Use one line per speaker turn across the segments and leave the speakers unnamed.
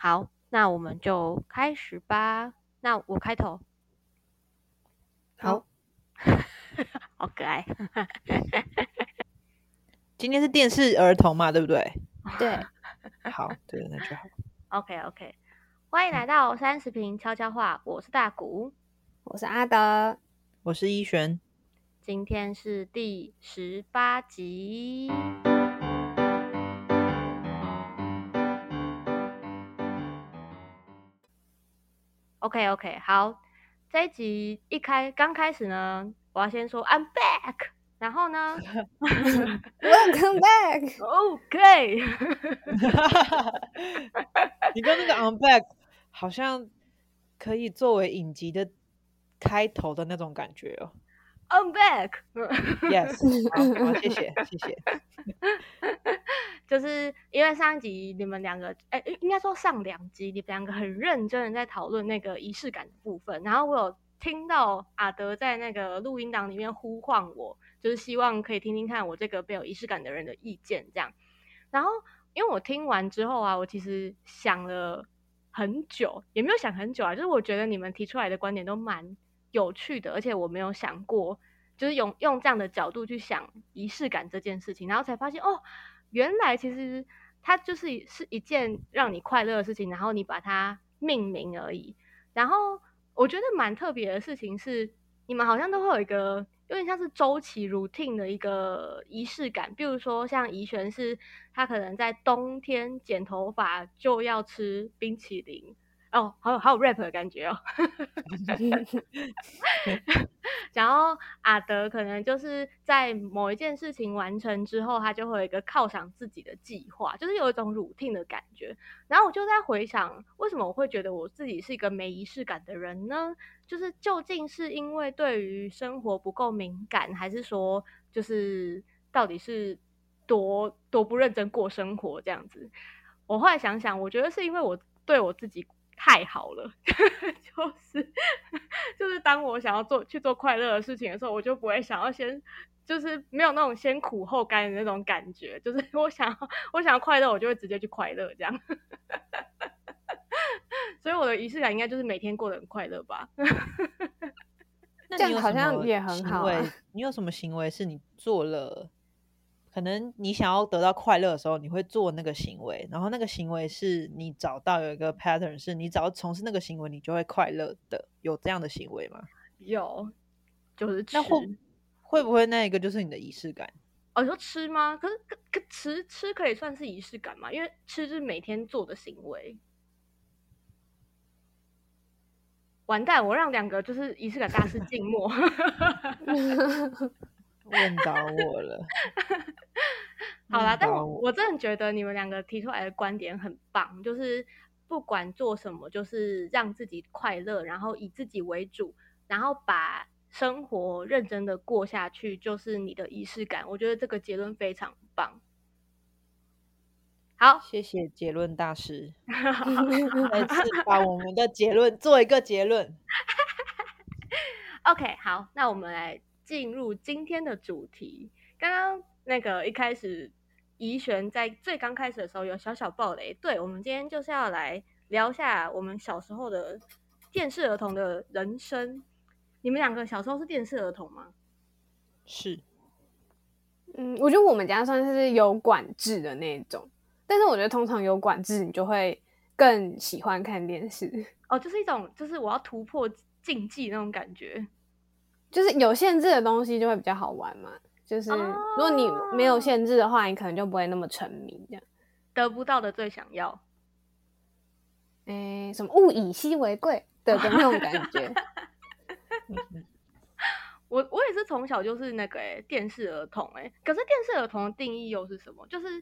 好，那我们就开始吧。那我开头，
好，
好可爱。
今天是电视儿童嘛，对不对？
对，
好，对，那就好。
OK OK，欢迎来到三十平悄悄话，我是大谷，
我是阿德，
我是依璇，
今天是第十八集。OK OK，好，这一集一开刚开始呢，我要先说 I'm back，然后呢
Welcome back。
，OK，
你跟那个 On Back 好像可以作为影集的开头的那种感觉哦。
I'm back，嗯
Yes，好，好谢谢，谢谢。
就是因为上一集你们两个，哎、应应该说上两集你们两个很认真的在讨论那个仪式感的部分，然后我有听到阿德在那个录音档里面呼唤我，就是希望可以听听看我这个没有仪式感的人的意见这样。然后因为我听完之后啊，我其实想了很久，也没有想很久啊，就是我觉得你们提出来的观点都蛮有趣的，而且我没有想过，就是用用这样的角度去想仪式感这件事情，然后才发现哦，原来其实它就是一是一件让你快乐的事情，然后你把它命名而已。然后我觉得蛮特别的事情是，你们好像都会有一个有点像是周期 routine 的一个仪式感，比如说像怡璇是她可能在冬天剪头发就要吃冰淇淋。哦，好有好有 rap 的感觉哦。然后阿德可能就是在某一件事情完成之后，他就会有一个犒赏自己的计划，就是有一种 routine 的感觉。然后我就在回想，为什么我会觉得我自己是一个没仪式感的人呢？就是究竟是因为对于生活不够敏感，还是说就是到底是多多不认真过生活这样子？我后来想想，我觉得是因为我对我自己太好了， 就是就是当我想要做去做快乐的事情的时候，我就不会想要先。就是没有那种先苦后甘的那种感觉，就是我想要我想要快乐，我就会直接去快乐这样。 所以我的仪式感应该就是每天过得很快乐吧。
那
这
你
样
有
好
什
像
么
也很
行
好啊
为你有什么行为是你做了，可能你想要得到快乐的时候，你会做那个行为，然后那个行为是你找到有一个 pattern，是你只要从事那个行为，你就会快乐的。有这样的行为吗？
有，就是吃
那。会会不会那一个就是你的仪式感？
哦，你说吃吗？可是可可吃吃可以算是仪式感嘛？因为吃是每天做的行为。完蛋，我让两个就是仪式感大师静默。，
问到我了
好啦，
问
但
倒
我我真的觉得你们两个提出来的观点很棒，就是不管做什么，就是让自己快乐，然后以自己为主，然后把生活认真的过下去，就是你的仪式感。我觉得这个结论非常棒。好，
谢谢结论大 师，再次把我们的结论做一个结论。
OK，好，那我们来进入今天的主题。刚刚那个一开始，怡璇在最刚开始的时候有小小暴雷，对我们今天就是要来聊一下我们小时候的电视儿童的人生。你们两个小时候是电视儿童吗？
是，
嗯，我觉得我们家算是有管制的那一种，但是我觉得通常有管制，你就会更喜欢看电视，
哦，就是一种就是我要突破禁忌那种感觉。
就是有限制的东西就会比较好玩嘛。就是如果你没有限制的话，你可能就不会那么沉迷这样。
得不到的最想要，
哎，什么物以稀为贵的的那种感 觉，
我我也是从小就是那个、欸、电视儿童哎、可是电视儿童的定义又是什么？就是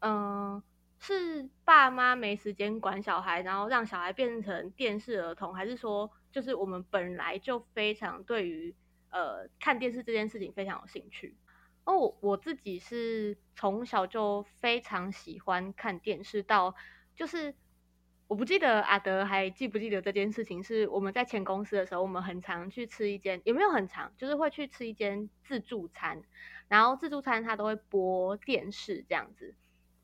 嗯、呃是爸妈没时间管小孩，然后让小孩变成电视儿童，还是说就是我们本来就非常对于呃看电视这件事情非常有兴趣？哦，我我自己是从小就非常喜欢看电视，到就是我不记得阿德还记不记得这件事情，是我们在前公司的时候，我们很常去吃一间，也没有很常，就是会去吃一间自助餐，然后自助餐它都会播电视这样子，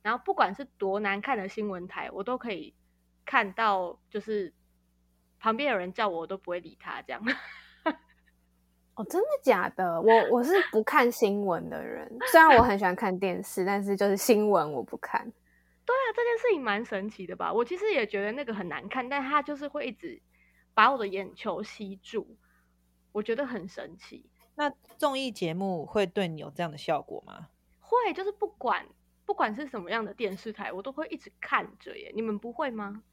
然后不管是多难看的新闻台，我都可以看到就是旁边有人叫我，我都不会理他这样。
哦，真的假的？我我是不看新闻的人，虽然我很喜欢看电视，但是就是新闻我不看。
对啊，这件事情蛮神奇的吧？我其实也觉得那个很难看，但它就是会一直把我的眼球吸住，我觉得很神奇。
那综艺节目会对你有这样的效果吗？
会，就是不管不管是什么样的电视台，我都会一直看着耶。你们不会吗？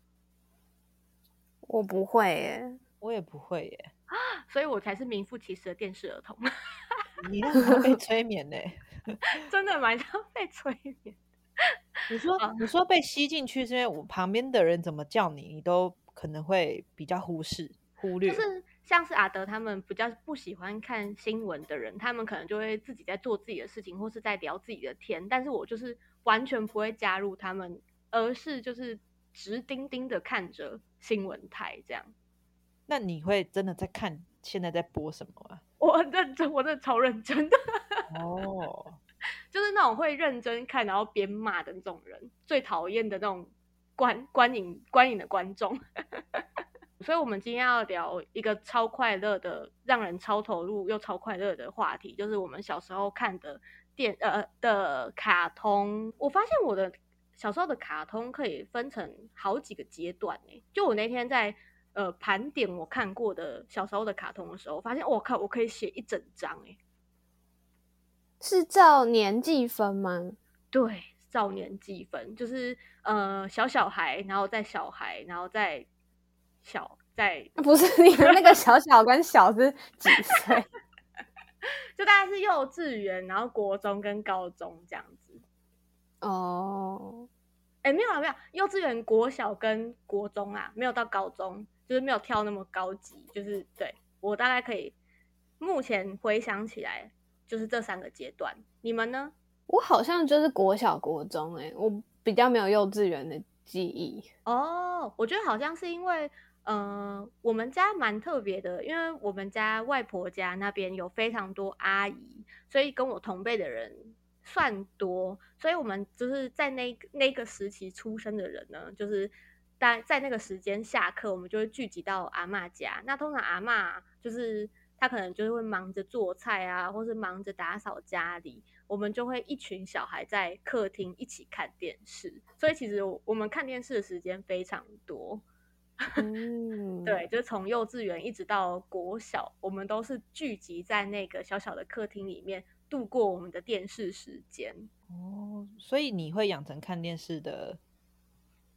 我不会耶，
我也不会耶，
所以我才是名副其实的电视儿童，
你让他被催眠呢、
真的蛮像被催眠。
你说你说被吸进去，是因为我旁边的人怎么叫你，你都可能会比较忽视忽略。
就是像是阿德他们比较不喜欢看新闻的人，他们可能就会自己在做自己的事情，或是在聊自己的天。但是我就是完全不会加入他们，而是就是直盯盯的看着新闻台这样。
那你会真的在看现在在播什么啊？
我很认真，我真的超认真的，
哦，
就是那种会认真看然后边骂的那种人，最讨厌的那种观观影观影的观众。 所以，我们今天要聊一个超快乐的、让人超投入又超快乐的话题，就是我们小时候看的电呃的卡通。我发现我的小时候的卡通可以分成好几个阶段诶、就我那天在呃盘点我看过的小时候的卡通的时候，我发现我靠，我可以写一整欸张诶、
是照年纪分吗？
对，少年积分就是呃小小孩，然后再小孩，然后再小，再
不是， 你们那个小小跟小是几岁？
就大概是幼稚园，然后国中跟高中这样子。
哦，
哎，没有啊，没有，幼稚园、国小跟国中啊，没有到高中，就是没有跳那么高级，就是对我大概可以目前回想起来，就是这三个阶段。你们呢？
我好像就是国小、国中、欸，我比较没有幼稚园的记忆。
哦，我觉得好像是因为，呃，我们家蛮特别的，因为我们家外婆家那边有非常多阿姨，所以跟我同辈的人算多，所以我们就是在那个那个时期出生的人呢，就是在在那个时间下课，我们就会聚集到阿嬷家。那通常阿嬷就是她可能就是会忙着做菜啊，或是忙着打扫家里，我们就会一群小孩在客厅一起看电视，所以其实我我们看电视的时间非常多。
嗯，
对，就是从幼稚园一直到国小，我们都是聚集在那个小小的客厅里面度过我们的电视时间。
哦，所以你会养成看电视的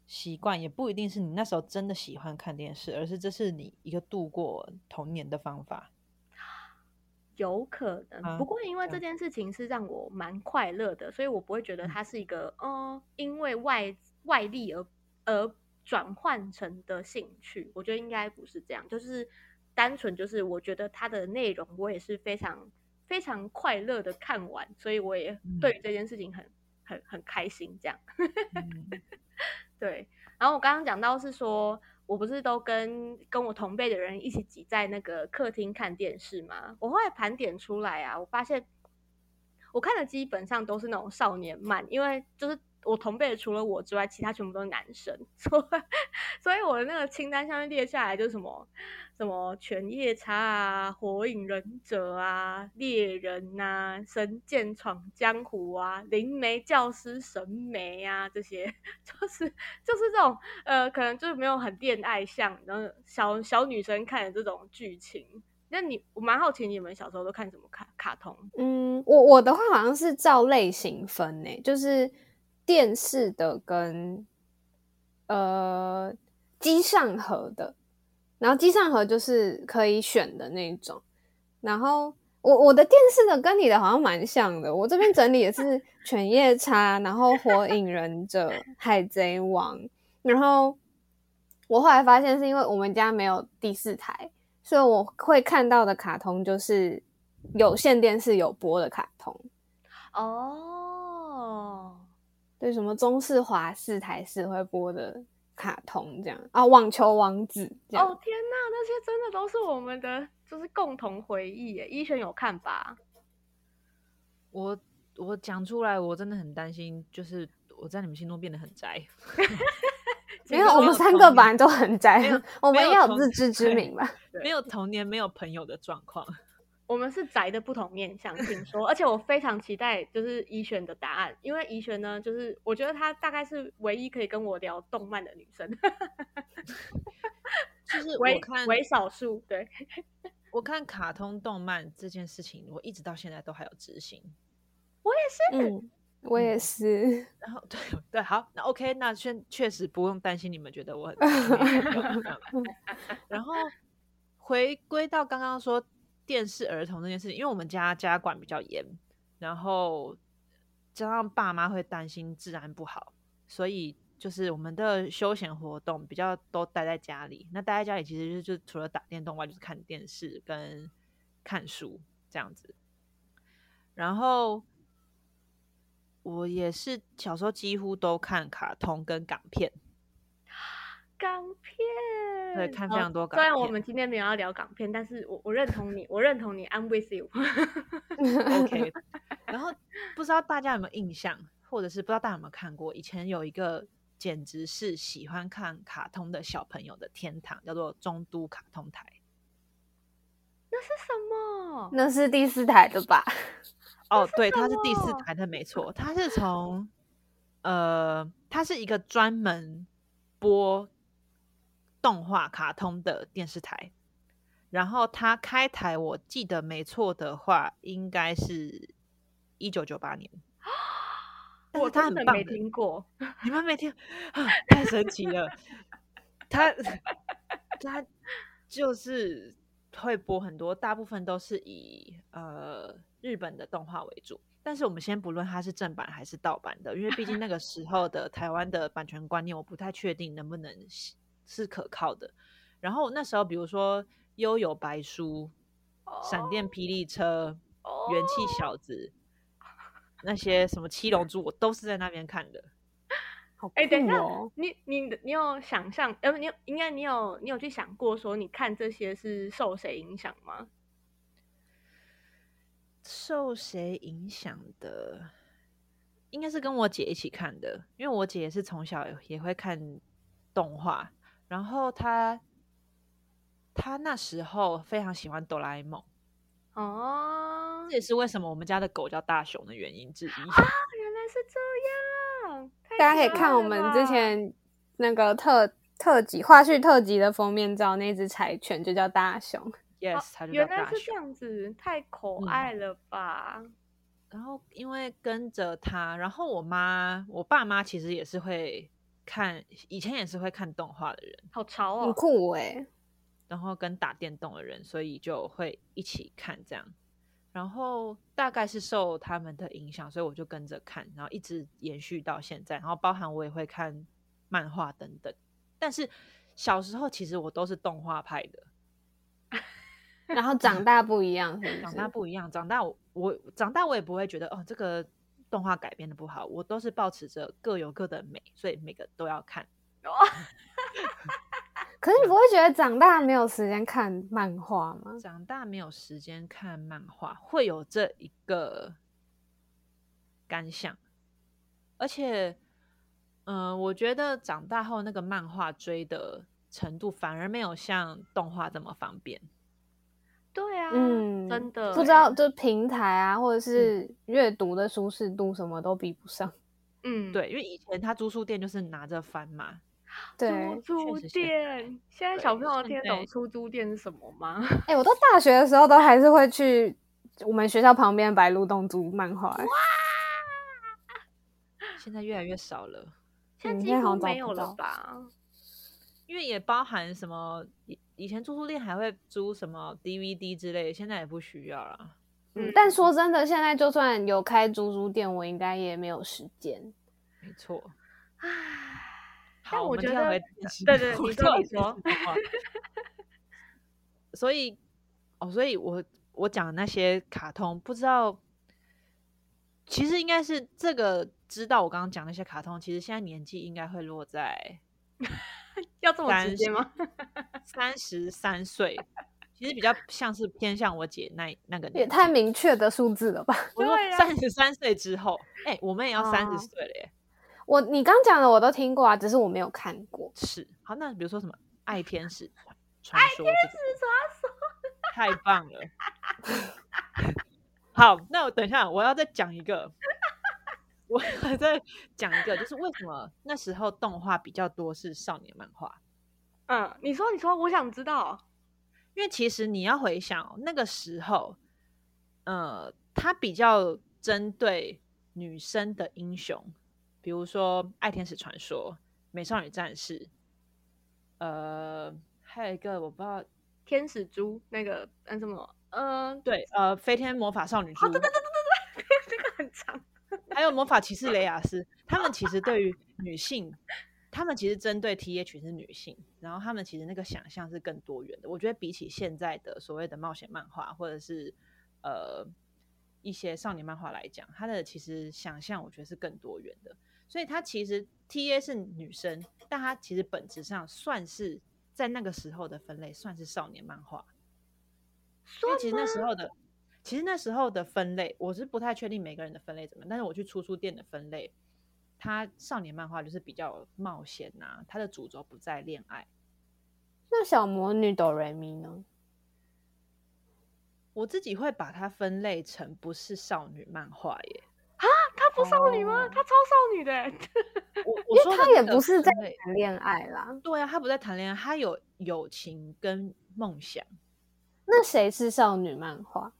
习惯，也不一定是你那时候真的喜欢看电视，而是这是你一个度过童年的方法。
有可能，
啊
不过因为
这
这
样
件事情是让我蛮快乐的，所以我不会觉得它是一个嗯、呃因为外外力而而转换成的兴趣。我觉得应该不是这样，就是单纯就是我觉得它的内容我也是非常非常快乐的看完，所以我也
嗯
对于这件事情很很很开心这样。
嗯
对，然后我刚刚讲到是说，我不是都跟跟我同辈的人一起挤在那个客厅看电视吗？我后来盘点出来啊，我发现我看的基本上都是那种少年漫，因为就是我同辈的除了我之外，其他全部都是男生， 所以所以我的那个清单上面列下来就是什么什么犬夜叉啊、火影忍者啊、猎人呐、神剑闯江湖啊、灵媒教师神媒啊这些， 就是 就是这种呃，可能就是没有很恋爱向，然后小小女生看的这种剧情。那你我蛮好奇你们小时候都看什么卡卡通？
嗯，我我的话好像是照类型分诶、就是电视的跟呃机上盒的，然后机上盒就是可以选的那一种。然后我我的电视的跟你的好像蛮像的，我这边整理也是《犬夜叉》，然后《火影忍者》《海贼王》，然后我后来发现是因为我们家没有第四台，所以我会看到的卡通就是有线电视有播的卡通，
哦，
对，什么中视、华视、台视会播的卡通这样啊，网球王子这样。
哦天呐，那些真的都是我们的就是共同回忆耶。一璇有看吧？
我我讲出来，我真的很担心，就是我在你们心中变得很宅。
没有，我们三个本来都很宅
没有，
我们
没有
要有
同
自知之明 吧。
对
没有童年没有朋友的状况。
我们是宅的不同面向，请说。 而且我非常期待就是怡璇的答案，因为怡璇呢，就是我觉得她大概是唯一可以跟我聊动漫的女生，
就是 我
为
看
为少数。对，
我看卡通动漫这件事情，我一直到现在都还有执行。
嗯，我也是。
然后 对对，好，那 OK，那确确实不用担心你们觉得我很宅。然后回归到刚刚说电视儿童这件事情，因为我们家家管比较严，然后加上爸妈会担心治安不好，所以就是我们的休闲活动比较都待在家里。那待在家里其实就是就除了打电动外，就是看电视跟看书这样子。然后我也是小时候几乎都看卡通跟港片，
港片，
对看非常多港
虽然我
片
们今天没有要聊港片，但是我我认同你，我认同你，I'm with you。
OK，然后不知道大家有没有印象，或者是不知道大家有没有看过，以前有一个简直是喜欢看卡通的小朋友的天堂，叫做中都卡通台。
那是什么？
那是第四台的 吧？
哦，对，它是第四
么
台的，没错，它是从呃，它是一个专门播动画卡通的电视台。然后它开台，我记得没错的话，应该是一九九八年。但
啊我
是它
根
很
本
棒
没
的
听过。
你们每天啊，太神奇了。他他就是会播很多，大部分都是以呃日本的动画为主。但是我们先不论它是正版还是盗版的，因为毕竟那个时候的台湾的版权观念，我不太确定能不能是是可靠的。然后那时候，比如说《幽游白书》《闪电霹雳车》
哦
元气小子》那些什么《七龙珠》，我都是在那边看的。
好
哎、等一
酷
下
哦，
你你你有想象，呃，不你有应该你有你有去想过说，你看这些是受谁影响吗？
受谁影响的？应该是跟我姐一起看的，因为我姐也是从小也会看动画，然后她她那时候非常喜欢哆啦 A 梦，
哦
这，也是为什么我们家的狗叫大雄的原因之
啊
一。
原来是这样，太
大家可以
可
看
爱
我
了
们
吧
之前那个特特辑花絮特辑的封面照，那只柴犬就叫大熊。
哦
yes，它就叫
原来
大
是这
雄。
样子，太可
嗯
爱了吧？
然后因为跟着他，然后我妈、我爸妈其实也是会看，以前也是会看动画的人。
好潮
很
哦！
酷哎、
然后跟打电动的人，所以就会一起看这样。然后大概是受他们的影响，所以我就跟着看，然后一直延续到现在。然后包含我也会看漫画等等，但是小时候其实我都是动画派的，
然后长大不一样，是不
长
是？
大不一样，长大我我长大我也不会觉得哦这个动画改编的不好，我都是保持着各有各的美，所以每个都要看。
可是你不会觉得长大没有时间看漫画吗？
长大没有时间看漫画，会有这一个感想。而且，嗯、我觉得长大后那个漫画追的程度反而没有像动画这么方便。
对啊，
嗯，
真的
不知
欸
道，就平台啊，或者是阅读的舒适度，什么都比不上。
嗯，，
对，因为以前他租书店就是拿着翻嘛，
对，
出租
确实是
店，现在小
对
朋友
现
听得
在
懂出租店是什么吗？
哎、我到大学的时候都还是会去我们学校旁边的白鹿洞租漫画、欸。
现在越来越少了，
现在
嗯
几
现在好
乎
像找
没
不
有了
到
吧？
因为也包含什么以以前租书店还会租什么 DVD 之类，现在也不需要了。
嗯
嗯，
但说真的，现在就算有开租书店，我应该也没有时间。
没错。
唉，
好，
但
我
我
们
觉
跳
得
回电视
对对
我
你
跳
说
回
你说
电视动画 所以，哦，所以我我讲的那些卡通，不知道，其实应该是这个知道我刚刚讲那些卡通，其实现在年纪应该会落 在
要这么直
三
接吗？
三十三岁，其实比较像是偏向我姐那那个
也
年纪。
太明确的数字了吧？
我说
对啊
三十三岁之后，哎、我们也要三
哦
十岁了耶。
我你刚讲的我都听过啊，只是我没有看过。
是好，那比如 说什么爱天使传说，爱天
是啥说？
太棒了。好，那我等一下我要再讲一个，我要再讲一个，就是为什么那时候动画比较多是少年漫画？
嗯，你说，你说，我想知道。
因为其实你要回想哦那个时候，呃，它比较针对女生的英雄，比如说《爱天使传说》《美少女战士》，呃，还有一个我不知道，
天使猪那个，嗯，什么？嗯、
对，呃，飞天魔法少女猪，
呃， 这个很长。
还有魔法骑士雷亚斯，他们其实对于女性，他们其实针对 T A 群是女性，然后他们其实那个想象是更多元的。我觉得比起现在的所谓的冒险漫画，或者是呃一些少年漫画来讲，它的其实想象我觉得是更多元的。所以它其实 T A 是女生，但它其实本质上算是在那个时候的分类，算是少年漫画。因为其实那时候的，其实那时候的分类，我是不太确定每个人的分类怎么样，但是我去出书店的分类，它少年漫画就是比较冒险呐、它的主轴不在恋爱。
那小魔女哆瑞咪呢？
我自己会把它分类成不是少女漫画耶，
她啊不少女吗？
哦
她超少女的欸、
我
因
我
为
说
她
的
也
那
不
个
是在
分类
谈恋爱啦。
对啊，他不在谈恋爱，他有友情跟梦想。
那谁是少女漫画？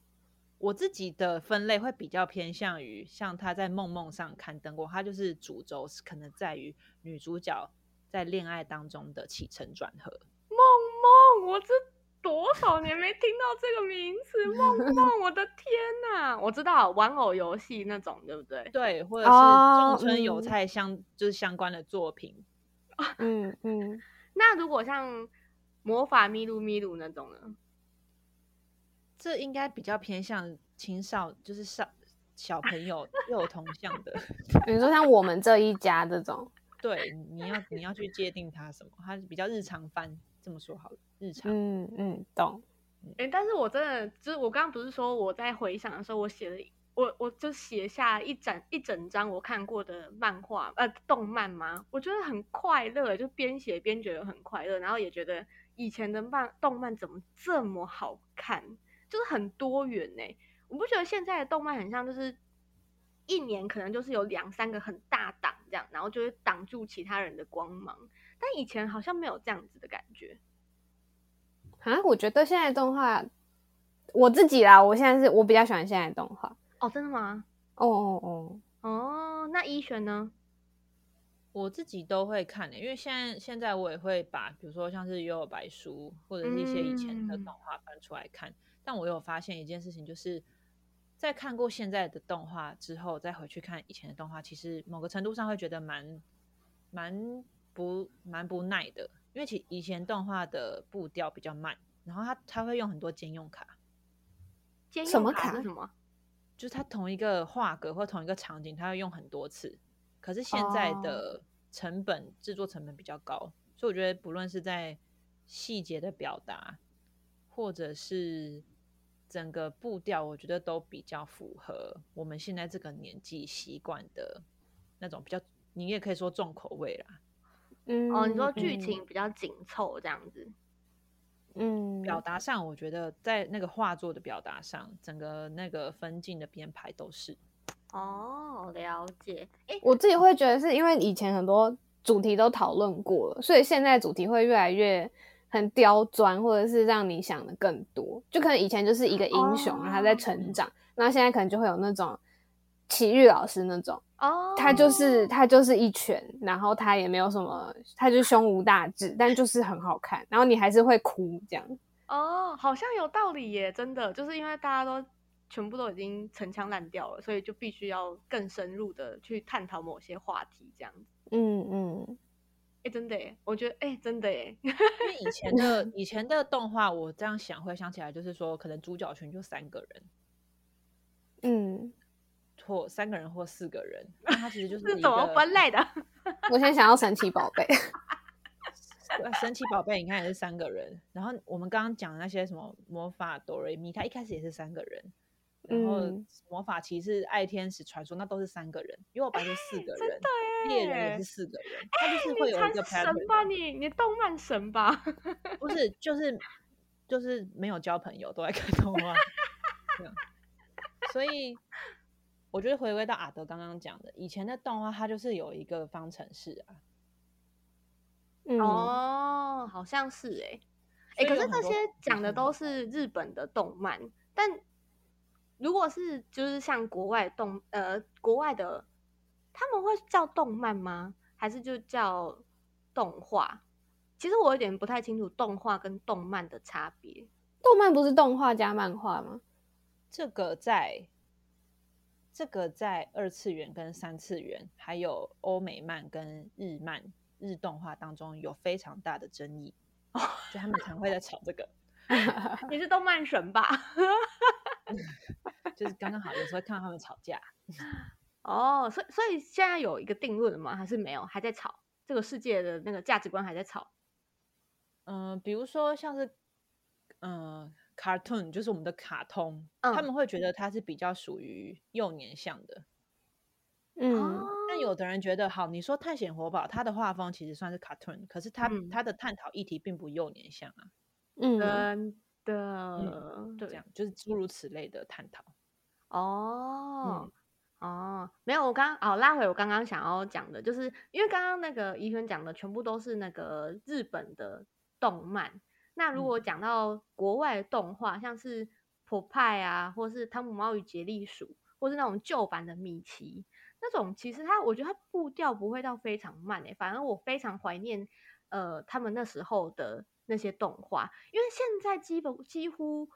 我自己的分类会比较偏向于像他在《梦梦》上刊登过，他就是主轴是可能在于女主角在恋爱当中的起承转合。
梦梦，我这多少年没听到这个名字，梦梦，我的天呐！我知道玩偶游戏那种，对不对？
对，或者是
哦
中村有
嗯
菜相、就是相关的作品。
嗯嗯，
那如果像魔法咪路咪路那种呢？
这应该比较偏向青少，就是少小朋友幼童向的。
你说像我们这一家这种，
对，你要你要去界定它什么，它比较日常番，这么说好了，日常。
嗯嗯，懂。
哎、但是我真的就是我刚刚不是说我在回想的时候，我写了一我我就写下一整一整张我看过的漫画呃动漫吗？我觉得很快乐，就边写边觉得很快乐，然后也觉得以前的漫动漫怎么这么好看，就是很多元呢、我不觉得现在的动漫很像就是。一年可能就是有两三个很大档这样，然后就会挡住其他人的光芒。但以前好像没有这样子的感觉。
啊，我觉得现在动画，我自己啦，我现在是我比较喜欢现在的动画。
哦，真的吗？
哦哦哦，
哦，那一璇呢？
我自己都会看的、欸因为现在现在我也会把，比如说像是《幽游白书》或者是一些以前的
嗯
动画翻出来看。但我有发现一件事情，就是在看过现在的动画之后，再回去看以前的动画，其实某个程度上会觉得蛮蛮不蛮不耐的，因为其以前动画的步调比较慢，然后它它会用很多兼用卡，
兼
什
用
么
卡
卡
是什么？
就是它同一个画格或同一个场景，它要用很多次。可是现在
哦
的成本、制作成本比较高，所以我觉得不论是在细节的表达，或者是整个步调，我觉得都比较符合我们现在这个年纪习惯的那种比较，你也可以说重口味啦，
嗯，
哦，你说剧
嗯
情，比较紧凑这样子。
嗯，
表达上，我觉得在那个画作的表达上，整个那个分镜的编排都是。
哦，了解。哎，
我自己会觉得是因为以前很多主题都讨论过了，所以现在主题会越来越很刁钻，或者是让你想的更多。就可能以前就是一个英雄，
哦
然后他在成长，那现在可能就会有那种奇遇老师那种，
哦，
他就是他就是一拳，然后他也没有什么，他就胸无大志，但就是很好看，然后你还是会哭这样。
哦，好像有道理耶，真的，就是因为大家都全部都已经陈腔滥调了，所以就必须要更深入的去探讨某些话题这样子。
嗯嗯，
哎，真的耶，我觉得哎，真的耶，
因为以前的以前的动画，我这样想会想起来，就是说可能主角群就三个人，
嗯，
或三个人或四个人，那它其实就是
这
一
怎么
个
分类的？
我现在想要神奇宝贝，
呃神奇宝贝，你看也是三个人。然后我们刚刚讲的那些什么魔法哆瑞咪，它一开始也是三个人，然后
嗯
魔法骑士、爱天使传说，那都是三个人，因为我白就四个
啊真
人
的。耶，哎
猎人也是四个人，他就是会
你
有
才
一个
是神吧
pattern，
你，你动漫神吧？
不是就是就是没有交朋友，都在看动画，这样所以我觉得回归到阿德刚刚讲的，以前的动画它就是有一个方程式啊，
嗯，
哦，好像是哎、哎、
所
可
以有
是
很
这
多
些讲
不
的
同
都
的
是日本的动漫，但如果是就是像国外动呃国外的，他们会叫动漫吗？还是就叫动画？其实我有点不太清楚动画跟动漫的差 别。
动漫不是动画加漫画吗？
这个在这个在二次元跟三次元，还有欧美漫跟日漫、日动画当中有非常大的争议， 就他们常会在吵这个，
你是动漫神吧？
就是刚刚好有时候看到他们吵架，
哦，所以所以现在有一个定论了吗？还是没有？还在吵？这个世界的那个价值观还在吵？
嗯、比如说像是嗯、呃、，cartoon 就是我们的卡通，
嗯
他们会觉得它是比较属于幼年向的，
嗯，
哦
但有的人觉得，好，你说《探险活宝》它的画风其实算是 cartoon，可是它、
嗯
它的探讨议题并不幼年向啊，
嗯，
真的，
嗯这样就是诸如此类的探讨。
哦、哦，没有，我刚哦拉回我刚刚想要讲的，就是因为刚刚那个怡轩讲的全部都是那个日本的动漫，那如
嗯
果讲到国外的动画，像是《破派》啊，或是《汤姆猫与杰利鼠》，或是那种旧版的米奇。那种其实它，我觉得它步调不会到非常慢诶、反而我非常怀念呃他们那时候的那些动画，因为现在基本几乎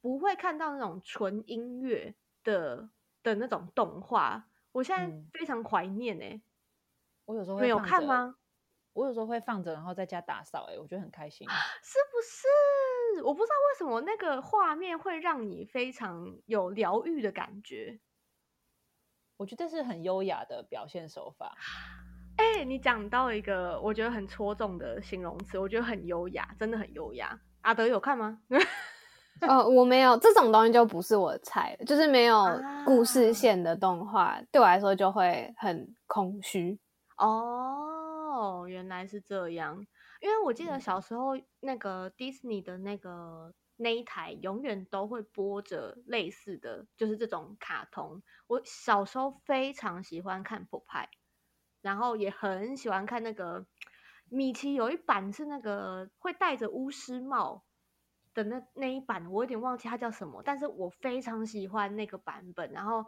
不会看到那种纯音乐的的那种动画，我现在
嗯
非常怀念欸诶、
我有时
你
候
们
会
有
放
看
着
吗？
我有时候会放着，然后在家打扫、欸，哎，我觉得很开心。
啊是不是？我不知道为什么那个画面会让你非常有疗愈的感觉。
我觉得这是很优雅的表现手法。
哎、你讲到一个我觉得很戳中的形容词，我觉得很优雅，真的很优雅。阿德有看吗？
哦，我没有这种东西就不是我的菜了，就是没有
啊
故事线的动画，对我来说就会很空虚。
哦，原来是这样。因为我记得
嗯
小时候那个迪士尼的那个那一台，永远都会播着类似的就是这种卡通。我小时候非常喜欢看《破派》，然后也很喜欢看那个米奇有一版是那个会戴着巫师帽的那那一版，我有点忘记它叫什么，但是我非常喜欢那个版本。然后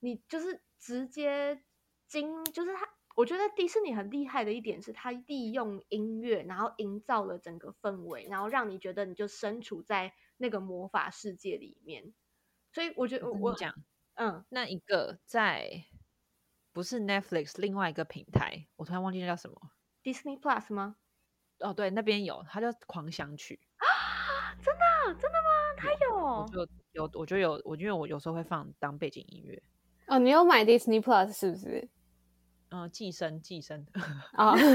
你就是直接经，就是它，我觉得迪士尼很厉害的一点是，它利用音乐，然后营造了整个氛围，然后让你觉得你就身处在那个魔法世界里面。所以我觉得
我跟
我
你讲，
嗯，
那一个在不是 Netflix 另外一个平台，我突然忘记那叫什么。
Disney Plus 吗？
哦，对，那边有，它叫《狂想曲
啊，真的吗？它有》，
哦
我就有，我就有，我因为我有时候会放当背景音乐。
哦，你有买 Disney Plus 是不是？
嗯、寄生，寄生，
啊、
是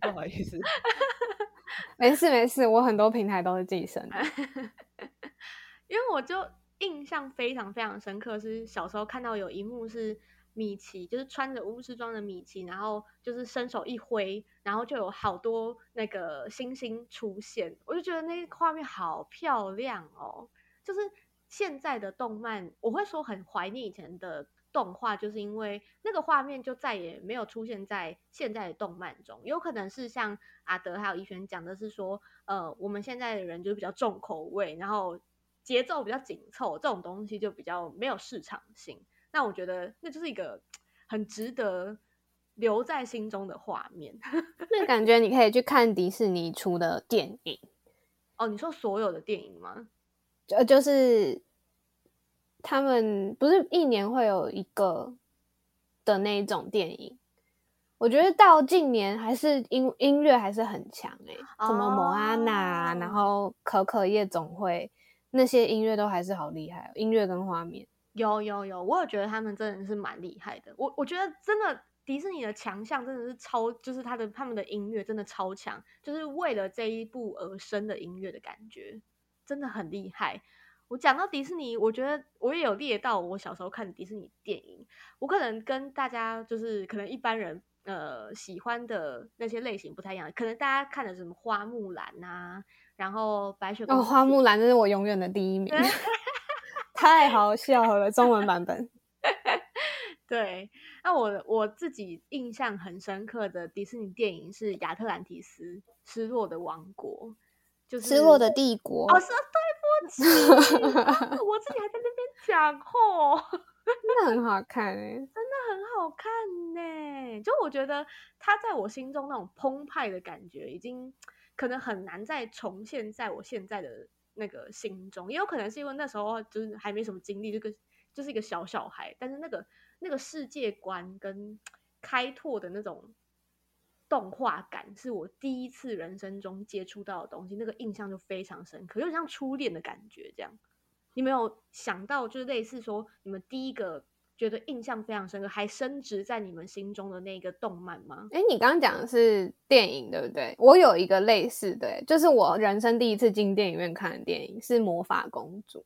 不好意思。
没事没事，我很多平台都是寄生的。
因为我就印象非常非常深刻，是小时候看到有一幕是米奇，就是穿着巫师装的米奇，然后就是伸手一挥，然后就有好多那个星星出现，我就觉得那个画面好漂亮哦。就是现在的动漫，我会说很怀念以前的动画，就是因为那个画面就再也没有出现在现在的动漫中。有可能是像阿德还有怡璇讲的是说，呃，我们现在的人就是比较重口味，然后节奏比较紧凑，这种东西就比较没有市场性。那我觉得那就是一个很值得留在心中的画面。
那感觉你可以去看迪士尼出的电影，
哦，你说所有的电影吗？
呃，就是他们不是一年会有一个的那一种电影。我觉得到近年还是音音乐还是很强诶、什么摩阿娜啊、然
哦
后可可夜总会那些音乐都还是好厉害哦，音乐跟画面。
有有有，我也觉得他们真的是蛮厉害的。我我觉得真的迪士尼的强项真的是超，就是他的他们的音乐真的超强，就是为了这一部而生的音乐的感觉，真的很厉害。我讲到迪士尼，我觉得我也有列到我小时候看的迪士尼电影。我可能跟大家就是可能一般人呃喜欢的那些类型不太一样，可能大家看的什么花木兰啊，然后白雪公
哦，
主
花木兰这是我永远的 第一名，太好笑了，中文版本。
对，那我我自己印象很深刻的迪士尼电影是《亚特兰提斯：失落的王国》，就是
失落的帝国
哦，，是 对不起，啊我自己还在那边讲哦，
真的很好看哎。
很好看呢。就我觉得它在我心中那种澎湃的感觉，已经可能很难再重现在我现在的那个心中，也有可能是因为那时候就是还没什么经历，就跟就是一个小小孩，但是那个那个世界观跟开拓的那种。动画感是我第一次人生中接触到的东西，那个印象就非常深刻，有点像初恋的感觉这样。你没有想到，就是类似说你们第一个觉得印象非常深刻，还升值在你们心中的那个动漫吗？
哎，你刚刚讲的是电影对不对？我有一个类似的欸，就是我人生第一次进电影院看的电影是《魔法公主》。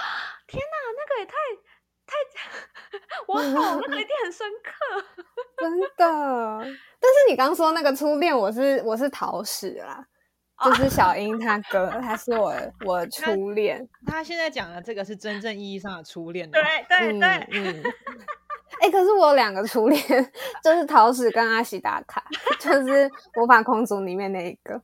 啊，那个也太太， 我懂，那个一定很深 刻。
真的。但是你刚说那个初恋，我是我是桃矢啦，
哦
就是小英他哥，他是我我初恋。
他现在讲的这个是真正意义上的初恋哦，
对
嗯嗯。哎、可是我有两个初恋，就是桃矢跟阿喜达卡， 就是魔法公主里面那一个。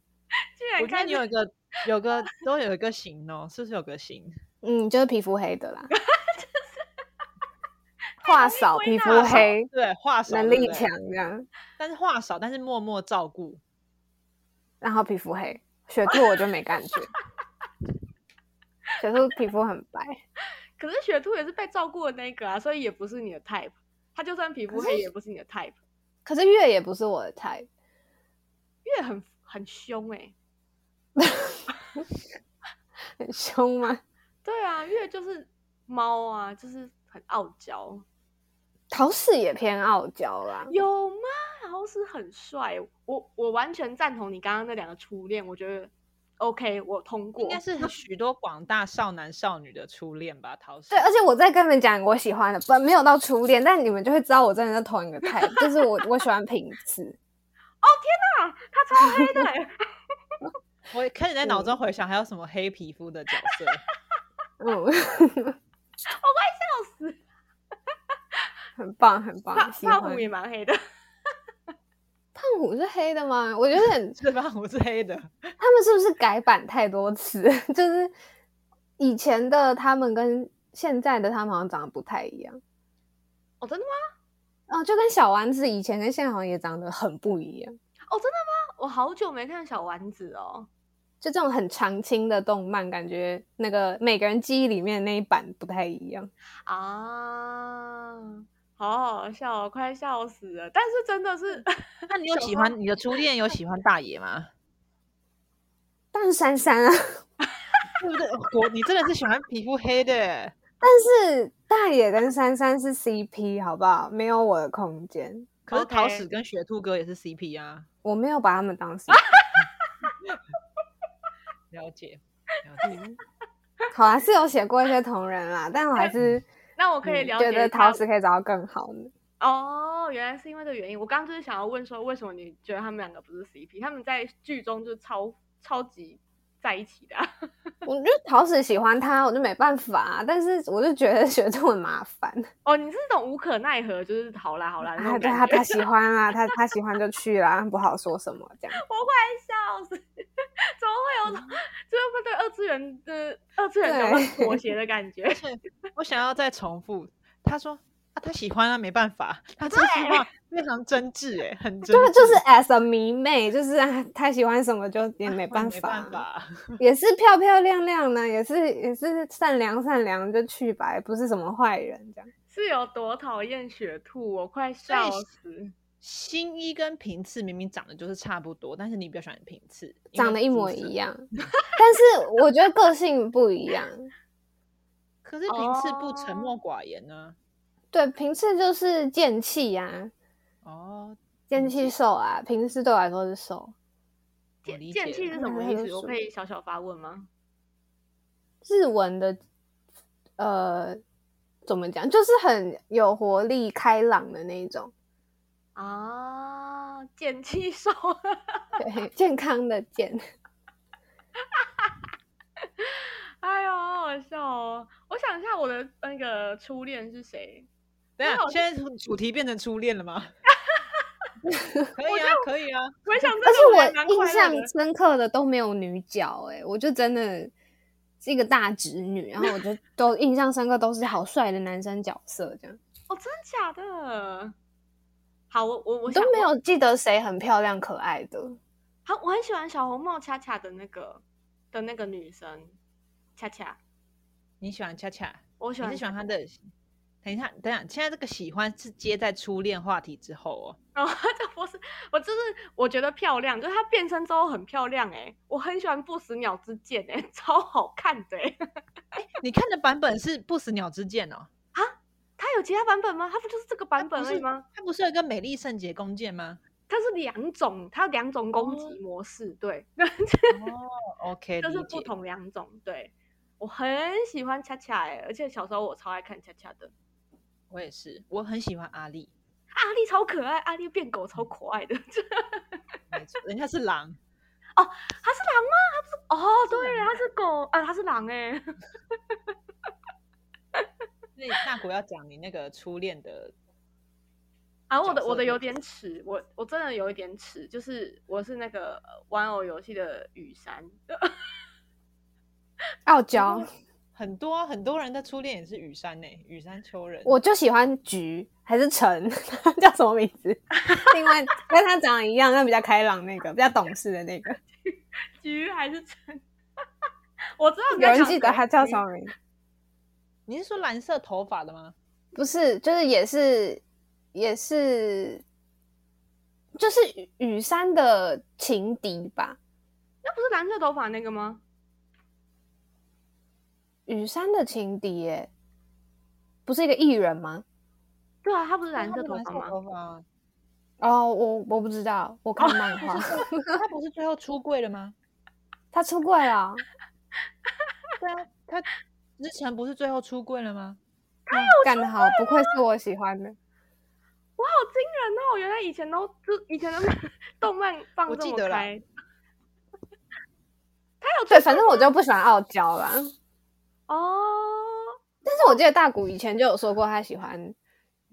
居然
我觉得
看
你有一个有个都有一个型哦，是不是有个型？
嗯，就是皮肤黑的 啦，话少，
归
皮
纳
肤
了
黑，
对，话少，
能
对
力
不对
强，这样，
但是话少，但是默默照顾。
然后皮肤黑，雪兔我就没感觉，雪兔皮肤很白。
可是雪兔也是被照顾的那个啊，所以也不是你的 type。他就算皮肤
可是
黑，也不是你的 type。
可是月也不是我的 type，
月很很凶哎、
很凶吗？
对啊，月就是猫啊，就是很傲娇。
桃矢也偏傲娇啦，
有吗？豪斯很帅，我我完全赞同你刚刚那两个初恋，我觉得 OK，我通过。
应该是许多广大少男少女的初恋吧，桃矢。
对，而且我在跟你们讲我喜欢的，本没有到初恋，但你们就会知道我真的是同一个 type，就是 我我喜欢平次，
啊，他超黑 的欸、
我开始在脑中回想还有什么黑皮肤的角色，
嗯，
笑死！
很棒很
胖
棒，喜
胖
欢
虎也蛮黑的，
胖虎是黑的吗？我觉得很，
这帮我是黑的。
他们是不是改版太多次？ 就是以前的他们跟现在的他们好像长得不太一样，
哦，真的吗？
哦，就跟小丸子以前跟现在好像也长得很不一样。
哦，真的吗？我好久没看小丸子哦。
就这种很长青的动漫，感觉那个每个人记忆里面那一版不太一样。
啊，好好笑、哦，快笑死了！但是真的
嗯
是
那你有喜欢你的初恋有喜欢大爷吗？
但是珊珊啊，
对不对？我你真的是喜欢皮肤黑的欸耶，
但是大野跟珊珊是 CP，好不好？没有我的空间，
可是桃
OK
矢跟雪兔哥也是 CP 啊。
我没有把他们当 CP。
了解，了解。
好啦，是有写过一些同人啦，但我还是
那我可以
嗯
了
觉
解
得
一下
桃矢可以找到更好的。
哦，原来是因为这个原因。我刚刚就是想要问说，为什么你觉得他们两个不是 CP？他们在剧中就超超级在一起的啊、
我觉得桃矢喜欢他，我就没办法、啊，但是我就觉得 学这很麻烦。
哦，你是那种无可奈何，就是好啦好啦那
啊，
种
对
感
他
觉，
他喜欢啦，他他喜欢就去啦，不好说什么这样。
笑死！怎么会有 种就是会对二次元的二次元角
嗯对
色妥 协的感觉？
我想要再重复，他说啊，他喜欢啊，没办法，他这句话非常真挚，哎，很真
对，
挚，
就是 as a 迷妹，就是啊，她喜欢什么就也
啊
没
我也
办
没
法，
办法。
也是漂漂亮亮呢，也是也是善良善良就去吧，也不是什么坏人这样。
是有多讨厌雪兔，我快
所以
笑死！
新一跟平次明明长得就是差不多，但是你比较喜欢平次，因为
长得一模
姿色
一。样，但是我觉得个性不一样。
可是平次不沉默寡言啊呢、
对，平次就是剑气啊，
哦，
剑气兽啊，平时对我来说是兽，
我
剑
理
剑气
解
是
了。
什么意思？
嗯
我可以小小发问吗？
日文的呃，怎么讲，就是很有活力、开朗的那一种，
啊，减气手，
对， 健康的健。
哎呦，好好笑哦！我想一下，我的那个初恋是谁？
等一
没
下
有，
现在主主题变成初恋 了吗？可以啊，可以啊，
回想真的
而
还
且
蛮
我印
快乐
象
的
深刻的都没有女角、欸，我就真的是一个大直女，然后我就都印象深刻都是好帅的男生角色，这样
哦，真的假的？好，我我
我
我
都
想
没有记得谁很漂亮可爱的。
好，我很喜欢小红帽恰恰的那个的那个女生，恰恰，
你喜欢恰恰，
我喜
你
欢
是喜欢
恰
他的。等一下，等一下，现在这个喜欢是接在初恋话题之后哦。
然后这 不是我，就是我觉得漂亮，就是她变身之后很漂亮哎、我很喜欢不死鸟之剑哎、 超好看的、欸。
你看的版本是不死鸟之剑哦，
她有其他版本吗？她不就是这个版本
不
而已
是
吗？
它不是有一个美丽圣洁弓箭吗？
它是两种，它有两种攻击模式，对，
哦，OK，
就是
理
不
解
同两种。对，我很喜欢恰恰哎、而且小时候我超爱看恰恰的。
我也是，我很喜欢阿丽，
阿丽超可爱，阿丽变狗超可爱的。
没错，人家是狼，
它是狼吗？它不是哦，对，它是狗啊，它是狼哎、
所以大果要讲你那个初恋 的，
啊，我
角
的
色
我的
的
有
部
点迟，我我真的有一点迟，就是我是那个呃玩偶游戏的雨 山，
傲娇，
很多啊很多人的初恋也是羽山呢、羽山秋人。
我就喜欢菊还是陈， 叫什么名字？另外跟他长得一样，但比较开朗那个，比较懂事的那个，
菊还是真， 我知道你在
有人
讲
记得
谁
他叫什？么名字？
你是说蓝色头发的吗？
不是，就是也是也是，就是雨雨山的情敌吧。
那不是蓝色头发那个吗？
雨山的情敌耶，不是一个艺人吗？
对啊，他不是蓝
他
色
不
头
蓝
发
色
吗？
头发，
哦，我我不知道，我看漫画，
哦啊他不是最后出柜了吗？
他出柜了，
对啊，他之前不是最后出柜了吗？
干得好，不愧是我喜欢的。
哇，好惊人哦！原来以前都就以前的 动漫放
我
这
记
么
得啦
开，
对，反正我就不喜欢傲娇啦。
哦。
但是我记得大谷以前就有说过，他喜欢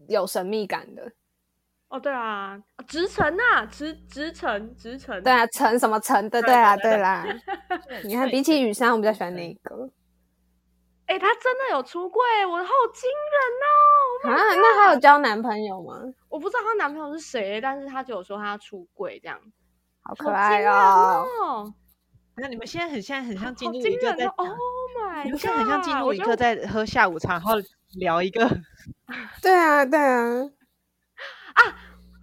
有神秘感的。
哦，对啊，啊直城啊，直直城，直城，
对啊，陈什么陈的，对啦，
对
对啦。你看，比起雨山，我比较喜欢那个
哎、他真的有出柜，我好惊人哦！
啊。那他有交男朋友吗？
我不知道她男朋友是谁，但是她就有说她要出柜这样，
好
好
可爱
惊人
哦！
哦，
那你们现在很现在很像进
好
入
惊
一个
人
在
哦
讲，
！Oh my god！
你们现在很像进入
我
一
觉得
个在喝下午茶，然后聊一个。
对啊，对啊。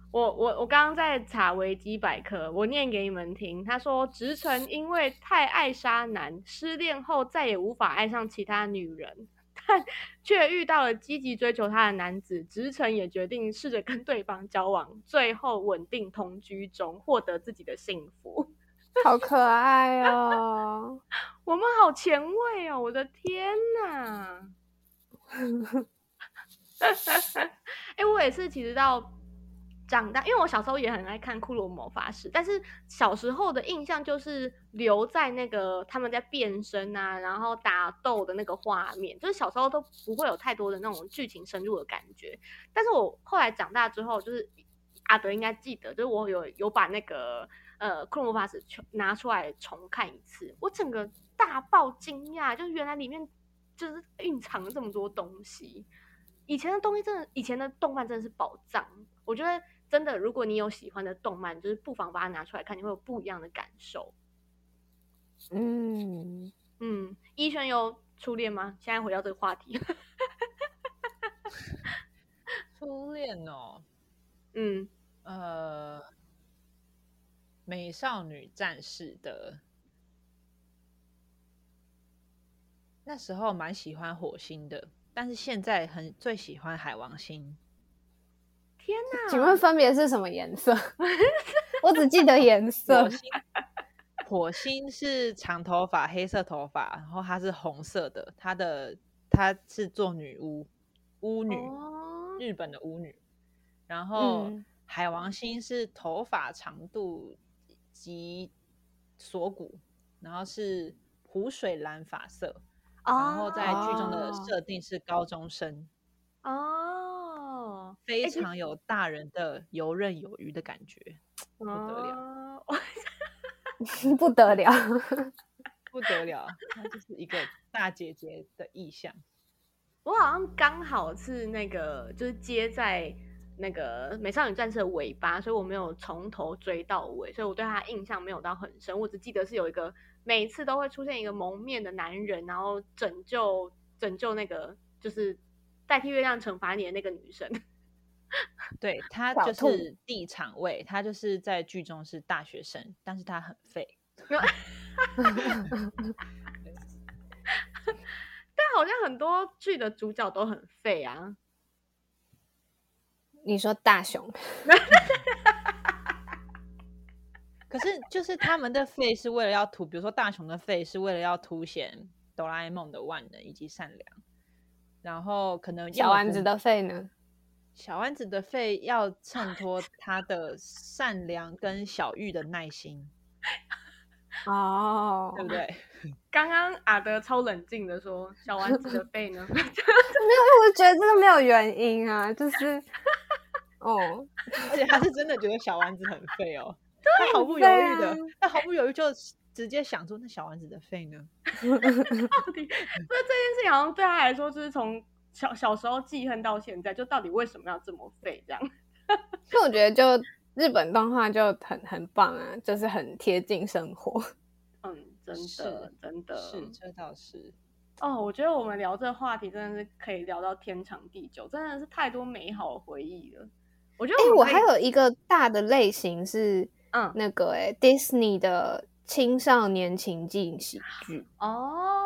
我我我刚刚在查维基百科，我念给你们听。他说，直城因为太爱杀男，失恋后再也无法爱上其他女人，但却遇到了积极追求她的男子，直城也决定试着跟对方交往，最后稳定同居中，获得自己的幸福。
好可爱哦！
我们好前卫哦！我的天呐！哎、我也是，其实到长大，因为我小时候也很爱看《库洛魔法使》，但是小时候的印象就是留在那个他们在变身啊，然后打斗的那个画面，就是小时候都不会有太多的那种剧情深入的感觉。但是我后来长大之后，就是阿德应该记得，就是我有有把那个呃《库洛魔法使》重拿出来重看一次，我整个大爆惊讶，就是原来里面就是蕴藏了这么多东西。以前的东西真的，以前的动漫真的是宝藏。我觉得真的，如果你有喜欢的动漫，就是不妨把它拿出来看，你会有不一样的感受。
嗯，
嗯，一轩有初恋吗？现在回到这个话题，
初恋哦，
嗯，
呃，美少女战士的那时候蛮喜欢火星的，但是现在很最喜欢海王星。
天哪！
请问分别是什么颜色？ 我只记得颜色
火。 星，火星是长头发，黑色头发，然后它是红色的，它的她是做女巫，巫女，
哦
日本的巫女。然后
嗯
海王星是头发长度及锁骨，然后是湖水蓝发色，然后在剧中的
哦哎
设定是高中生，
哦，
非
哎其
常有大人的游刃有余的感觉，
不
得了
了，
不得了。
不得了，她就是一个大姐姐的意象。
我好像刚好是那个，就是接在那个《美少女战士》的尾巴，所以我没有从头追到尾，所以我对他印象没有到很深。我只记得是有一个每次都会出现一个蒙面的男人，然后拯救拯救那个就是代替月亮惩罚你的那个女生。
对她
小
就
兔
是地场位，她就是在剧中是大学生，但是她很废。
但好像很多剧的主角都很废啊，
你说大熊，
可是就是他们的废是为了要凸，比如说大雄的废是为了要凸显哆啦 A 梦的万能以及善良，然后可能
小
要
丸
不
子的肺呢？
小丸子的废要衬托他的善良跟小玉的耐心，
哦，
对不对？
刚刚阿德超冷静的说：“小丸子 的背呢？”
我觉得这个没有原因啊，就是哦，
而且他是真的觉得小丸子很废 哦，他毫不犹豫的
对啊，
他毫不犹豫就直接想说那小丸子的废呢？
到底不是这件事情，好像对他来说，就是从小小时候记恨到现在，就到底为什么要这么废这样？
所以我觉得就日本动画就很很棒啊，就是很贴近生活。
嗯，真的
是
真的
是，这倒是。
哦，我觉得我们聊这个话题真的是可以聊到天长地久，真的是太多美好的回忆了。我觉得
哎、
们
我
可以
还有一个大的类型是
嗯
那个哎、d i s n e y 的青少年情境喜剧。
哦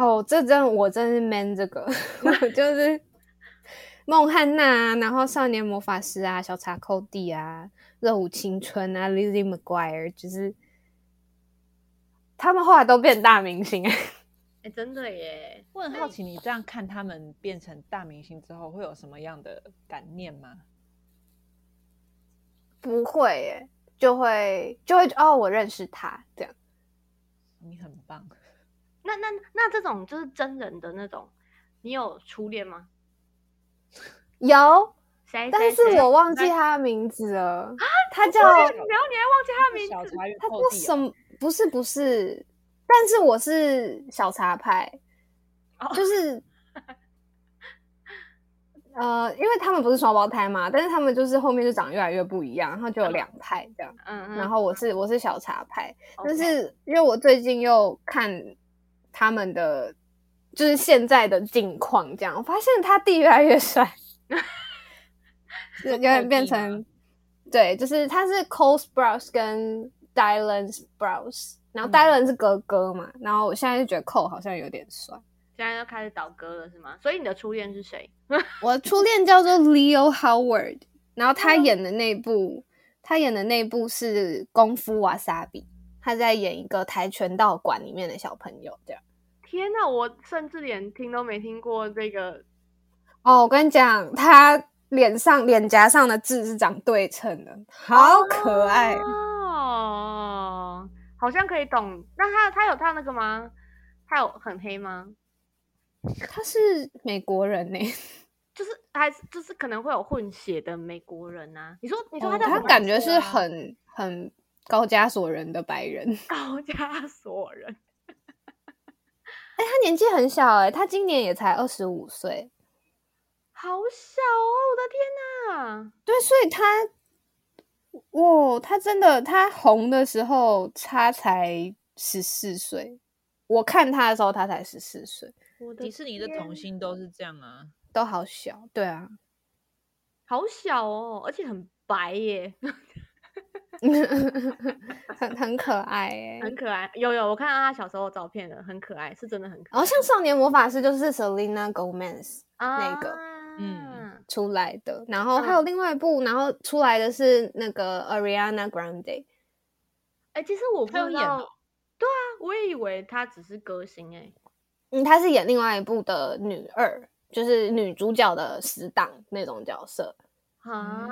哦，这真我真是 man 这个， 我就是孟汉娜啊，然后少年魔法师啊，小茶寇弟啊，热舞青春啊，Lizzie McGuire，就是他们后来都变大明 星。啊
哎真的耶，
我很好奇，你这样看他们变成大明星之后，会有什么样的感念吗？
不会耶，就会就会哦，我认识他这样。
你很棒，
那那那这种就是真人的那种，你有初恋吗？
有，
谁？
但
谁
是
谁
我忘记
哎那
他的名字了。他叫
然后
他
你还忘记他的名
小
字？
茶与后
叫
弟
什
哦
么？不是不是，但是我是小茶派，
哦
就是呃，因为他们不是双胞胎嘛，但是他们就是后面就长越来越不一样，然后就有两派这样。
嗯嗯，哦
然后我是我是小茶派，但
OK
是因为我最近又看他们的，就是现在的近况，这样我发现他弟越来越帅，是有点变成对，就是他是 Cole Sprouse 跟 Dylan Sprouse，然后
嗯
Dylan 是哥哥嘛，然后我现在就觉得 Cole 好像有点帅。
现在要开始倒戈了是吗？所以你的初恋是谁？
我的初恋叫做 Leo Howard，然后他演的那部，他演的那部是《功夫瓦萨比》，他在演一个跆拳道馆里面的小朋友这样。
天呐，我甚至连听都没听过这个。
哦，我跟你讲，他脸上脸颊上的痣是长对称的，好可爱。哦
哦，好像可以懂。那他他有他那个吗？他有很黑吗？
他是美国人呢、
就是还是就是可能会有混血的美国人啊？你说你说他
哦
在
他
什么
感觉
国
是
啊
很很高加索人的白人。
高加索人，
哎、他年纪很小哎、他今年也才二十五岁。
好小哦！我的天呐，
对，所以他，哇，他真的，他红的时候，他才十四岁。我看他的时候，他才十四岁，
我的
迪士尼的
天
童星都是这样啊，
都好小。对啊，
好小哦，而且很白耶，
哎很很可爱哎、
很可爱。有有，我看到他小时候的照片了，很可爱，是真的很可
然后哦像少年魔法师就是 Selena Gomez
爱。
那个
啊
嗯，
出来的，然后还有另外一部，然后出来的是那个 Ariana Grande。
哎、其实我不
他有
知
演
道，
哦
对啊，我也以为他只是歌星哎、
嗯，她是演另外一部的女二，就是女主角的死党那种角色。
啊，
原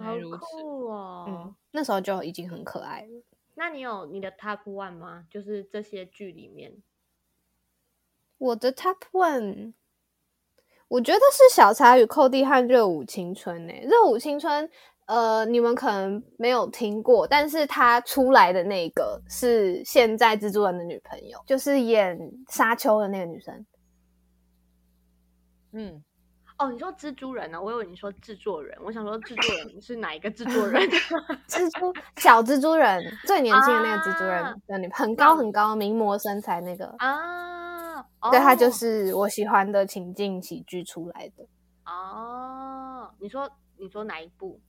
来
好
如此
酷哦！
嗯，那时候就已经很可爱了。
那你有你的 top one 吗？就是这些剧里面，
我的 Top One，我觉得是小茶与寇弟和热舞青春呢、欸热舞青春，呃，你们可能没有听过，但是他出来的那个是现在蜘蛛人的女朋友，就是演沙丘的那个女生。
嗯，
哦，你说蜘蛛人呢、我以为你说制作人，我想说制作人是哪一个制作人？
蜘蛛小蜘蛛人最年轻的那个蜘蛛人
啊
的女，很高很高，名模身材那个，
啊，
对，她就
哦
是我喜欢的情境喜剧出来的
哦。你说你说哪一部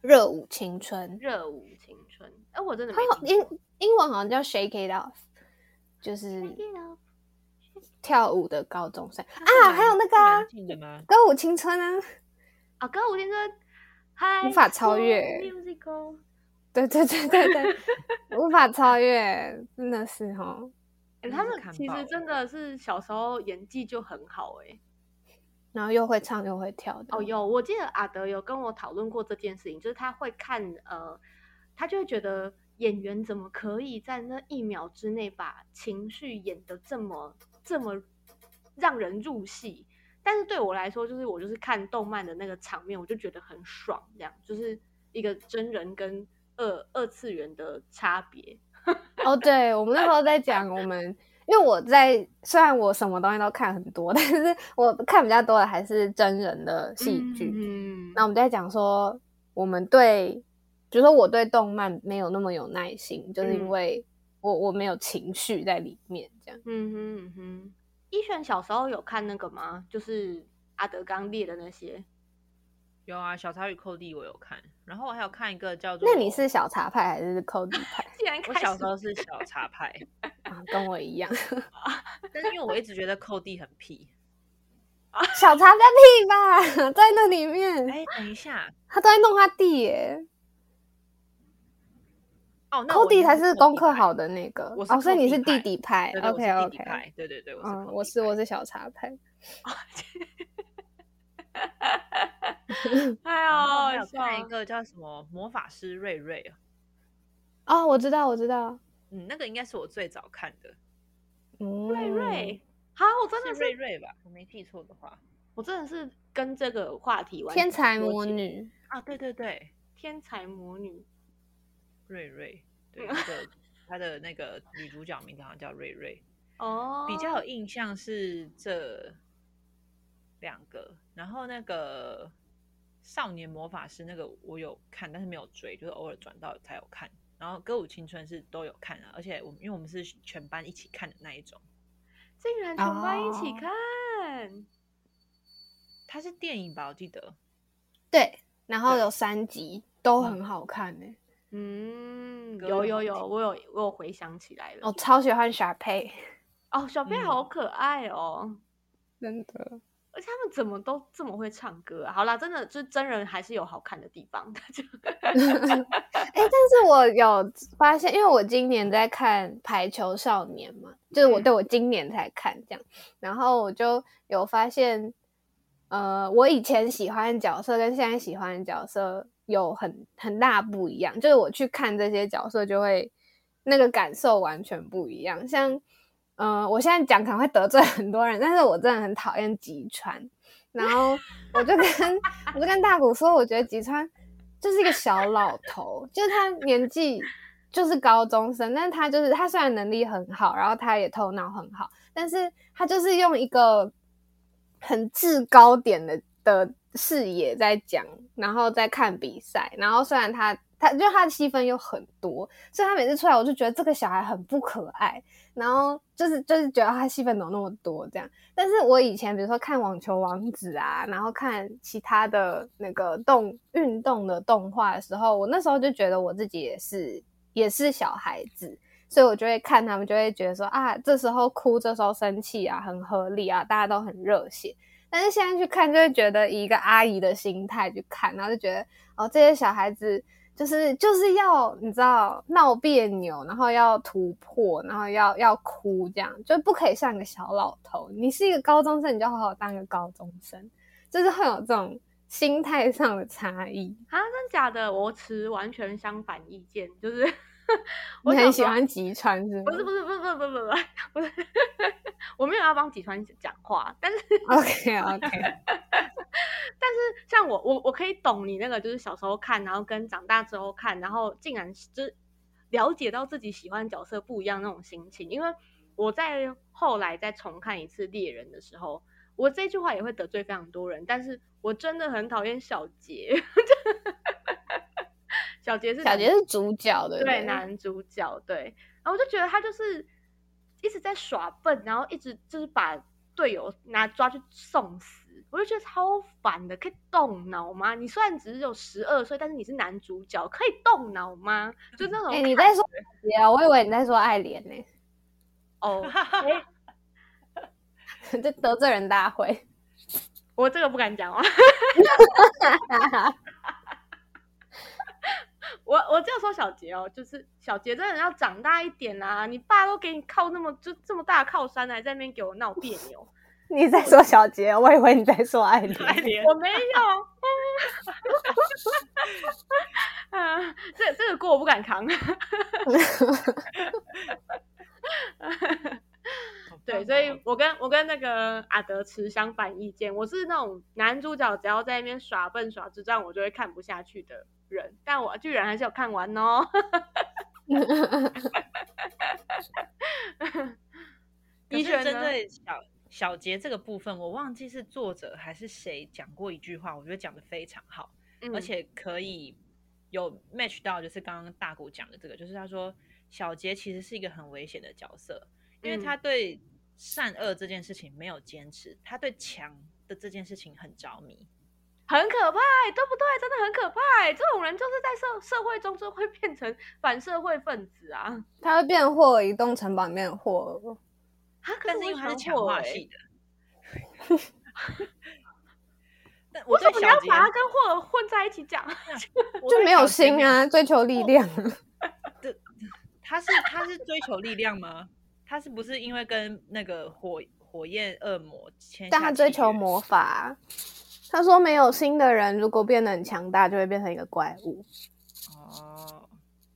热舞青春，
《热舞青春》？哎，我真的没
它好
听
英
过
英文好像叫 Shake It Off，就是。
Take it off
跳舞的高中生
它是
啊，
男
还有那个啊
男嗯性的吗？
歌舞青春》啊，
啊，歌舞青春，嗨，
无法超越
musical。
对对对对 对，无法超越，真的是哈。嗯
哎
真
他
是
们
看
其
爆
实
了
真的是小时候演技就很好哎、
然后又会唱又会跳的
哦，有，我记得阿德有跟我讨论过这件事情，就是他会看呃，他就会觉得演员怎么可以在那一秒之内把情绪演得这么这么让人入戏。但是对我来说，就是我就是看动漫的那个场面，我就觉得很爽，这样就是一个真人跟二二次元的差别。
哦，对我们那时候在讲我们， 因为我在虽然我什么东西都看很多， 但是我看比较多的还是真人的戏剧。
嗯，
那、我们在讲说我们对，比如说我对动漫没有那么有耐心，就是因
嗯
为我我没有情绪在里面这样。
嗯哼嗯哼，一璇小时候有看那个吗？就是阿德刚列的那 些。
有啊，《小茶与寇弟》我有看，然后我还有看一个叫做……
那你是小茶派还是寇弟派？
既然
我
开
小
始
时候是小茶派，
啊，跟我一样。
但是因为我一直觉得寇弟很 屁。
小茶个屁吧， 在那里面，
哎，等一下，
他都在弄他弟耶。
哦，那
寇
我一
弟
定
才
是
是功
弟
课
派
好的那个，
我是
哦，所以你是
寇弟
弟
派
弟派
对对我是
，OK
弟
OK，
弟派，对对对，我是
嗯，
寇
我
弟
是
派
我是小茶派，
哎
然后还
呦，
有看一
笑！
个叫什么魔法师瑞瑞啊，
哦，我知道我知道，
嗯，那个应该是我最早看的，
瑞
嗯
瑞，
瑞，好，我真的
是瑞
是，
瑞吧？我没记错的话
我真的是跟这个话题完全
天才
脱
魔
节，
女，
啊，对对对，
天才魔女，
瑞 瑞，对，
嗯
他的他的那个女主角名字好像叫瑞瑞，
哦，
比较有印象是这两个，然后那个少年魔法师那个我有看，但是没有追，就是偶尔转到才有看。然后歌舞青春是都有看啊，而且我们因为我们是全班一起看的那一种，
竟然全班一起
哦
看，
它是电影吧？我记得
对，然后
对
有三集都很好看诶，
嗯，
歌
有
舞
有
好
有，
听
我有我有回想起来了
我，哦超喜欢小佩，
哦，小贝
嗯
好可爱哦。
真的，
而且他们怎么都这么会唱歌啊？好啦，真的，就是真人还是有好看的地方。大家
哎，但是我有发现，因为我今年在看《排球少年》嘛，就是我
嗯
对我今年才看这样，然后我就有发现，呃，我以前喜欢的角色跟现在喜欢的角色有很很大不一样，就是我去看这些角色就会那个感受完全不一样。像，呃，我现在讲可能会得罪很多人，但是我真的很讨厌吉川，然后我就跟 我就跟大谷说，我觉得吉川就是一个小老头，就是他年纪就是高中生，但是他就是他虽然能力很好，然后他也头脑很好，但是他就是用一个很制高点的的视野在讲，然后在看比赛，然后虽然他他就他的戏份又很多，所以他每次出来我就觉得这个小孩很不可爱，然后就是就是觉得他戏份怎么那么多这样。但是我以前比如说看网球王子啊，然后看其他的那个动运动的动画的时候，我那时候就觉得我自己也是也是小孩子，所以我就会看他们，就会觉得说啊，这时候哭，这时候生气啊，很合理啊，大家都很热血。但是现在去看，就会觉得以一个阿姨的心态去看，然后就觉得哦，这些小孩子就是就是要你知道闹别扭，然后要突破，然后要要哭，这样就不可以像个小老头。你是一个高中生，你就好好当个高中生，就是会有这种心态上的差异。
啊，真假的？我持完全相反意见，就是 我
你
想
很
说
喜欢吉川是吗？
不是不是不是不是不是不是不是，我没有要帮吉川讲话，但是
OK OK，
像我我我可以懂你那个，就是小时候看，然后跟长大之后看，然后竟然是就是了解到自己喜欢角色不一样那种心情，因为我在后来再重看一次《猎人》的时候。我这句话也会得罪非常多人，但是我真的很讨厌小杰。 小杰是
小杰是主角的，
对男主角，对，然后我就觉得他就是一直在耍笨，然后一直就是把队友拿抓去送死，我就觉得超烦的。可以动脑吗？你虽然只是有十二岁，但是你是男主角，可以动脑吗？就那种
哎、
看、
你在说小杰啊？我以为你在说爱莲呢、
哦，哎
这得罪人大会。
我这个不敢讲啊， 我我就说小杰哦，就是小杰真的要长大一点啦、你爸都给你靠那么就这么大的靠山了，还在那边给我闹别扭，
你在说小杰，哦我以为你在说爱 莲。
快点
我没有。 啊，这这个锅我不敢扛。
哦
对，所以我跟我跟那个阿德持相反意见，我是那种男主角只要在那边耍笨耍智障，我就会看不下去的人。但我居然还是有看完哦。
你
你
觉
觉
得
得
针
呢
对小小杰这个部分，我忘记是作者还是谁讲过一句话，我觉得讲的非常好。
嗯
而且可以有 match 到，就是刚刚大谷讲的这个，就是他说小杰其实是一个很危险的角色，因为
嗯
他对善恶这件事情没有坚持，他对强的这件事情很着迷。
很可怕，欸对不对？真的很可怕。欸这种人就是在社社会中就会变成反社会分子啊。
他会变霍尔移动城堡里面的霍尔。
啊，可
但是
我
因
会
为他是
强
强
迫
化
欸
系的，但我
为什
对
么你要
小杰
把它跟霍尔混在一起讲？
我
就
对
没有
小杰
心啊，追求力量。
他是他是追求力量吗？他是不是因为跟那个火火焰恶魔签下契约？
但他追求魔法。他说，没有心的人，如果变得很强大，就会变成一个怪物。
哦，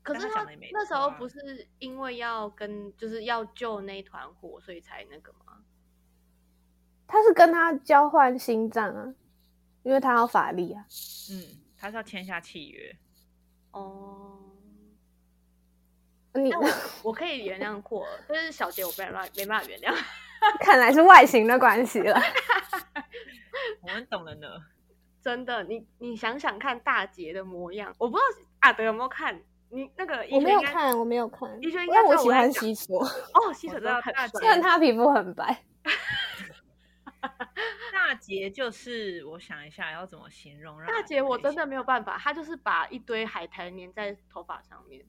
可
但
是
他
他
讲得也没
那时候
错啊
不是因为要跟就是要救那一团火，所以才那个吗？
他是跟他交换心脏啊，因为他要法力啊。
嗯，他是要签下契约。
哦，
你
那我我可以原谅霍尔，但是小杰我没办法没办法原谅。
看来是外形的关系了。
我们懂了呢。
真的，你你想想看大杰的模样，我不知道阿德有没有看你那 个医
我
学
没有
应该
看，我没有看，
你觉得应
因
该知
为我
道
喜
我在
欢
讲
西索，
哦，西索
我知
真的
道
很
大
帅
虽然他皮肤很白。
大杰就是我想一下要怎么形容让
大姐，我真的没
有
有办法，她就是把一堆海苔粘在头发上面。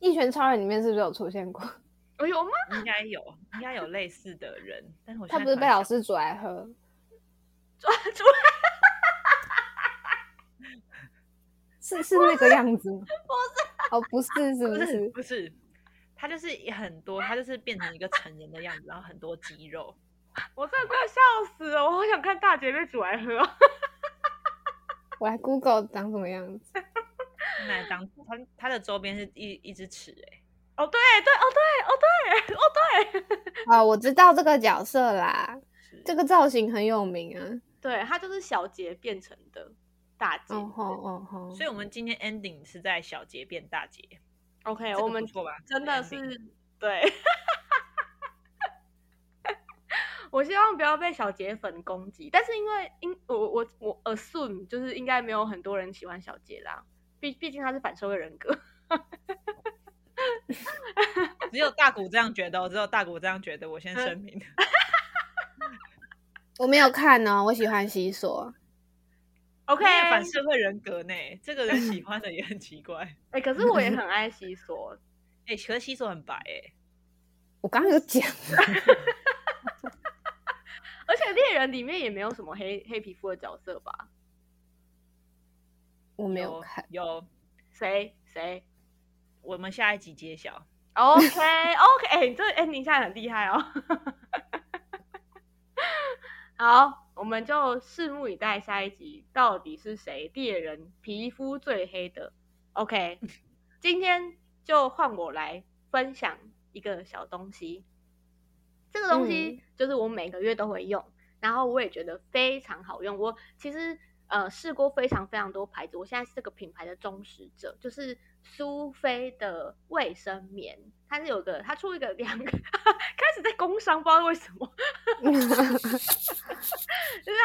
一拳超人里面是不是有出现过？
哎呦妈！
应该有应该有类似的人，但是我
他
现在
不是
突
被
然
老
想
师煮来喝，
抓住
是是那个样子吗？哦，不是，是不
不是
是？
不是，他就是也很多，他就是变成一个成人的样子，然后很多肌肉。
我真的快要笑死了，我好想看大姐被煮来喝。 哦
我来 Google 长什么样子。
那当他他的周边是一一只尺哎、
哦，对对，哦对，哦对，哦对，
啊，我知道这个角色啦，
是
这个造型很有名啊。
对，她就是小杰变成的大姐。
嗯
哦吼哦吼
所，以我们今天 ending 是在小杰变大杰，
OK，
这个
哎我们
不错吧？
真的
这个 ending
是对。 我希望不要被小杰粉攻击，但是因为因我我我 assume 就是应该没有很多人喜欢小杰啦，毕毕竟他是反社会人格。
只有大谷这样觉得哦，只有大谷这样觉得。我先
嗯
声明，
我没有看哦，我喜欢西索。
OK，
因啊为反社会人格呢，这个人喜欢的也很奇 怪。
哎、可是我也很爱西索，
哎、可是西索很白哎、
我刚刚有讲，
而且猎人里面也没有什么黑黑皮肤的角色吧？
我没有看，
有，
谁谁
我们下一集揭晓。
？OK OK，哎、你这 ending 下得很厉害哦。好，我们就拭目以待下一集到底是谁猎人皮肤最黑的。OK，今天就换我来分享一个小东西。这个东西就是我每个月都会用，然后我也觉得非常好用。我其实呃试过非常非常多牌子，我现在是这个品牌的忠实者，就是苏菲的卫生棉，它是有个它出一个 两个，开始在工商，不知道为什么，就是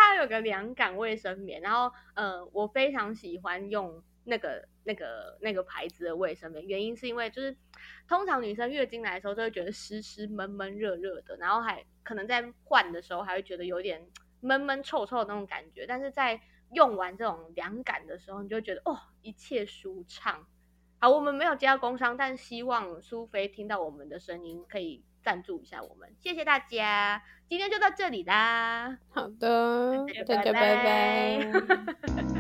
它有个凉感卫生棉，然后呃，我非常喜欢用那个那个那个牌子的卫生棉，原因是因为就是通常女生月经来的时候都会觉得湿湿闷闷热热的，然后还可能在换的时候还会觉得有点闷闷臭臭的那种感觉，但是在用完这种凉感的时候，你就会觉得哦，一切舒畅。好，我们没有接到工商，但希望苏菲听到我们的声音可以赞助一下我们，谢谢大家，今天就到这里啦。
好的，大
大
家
家
拜
拜
拜。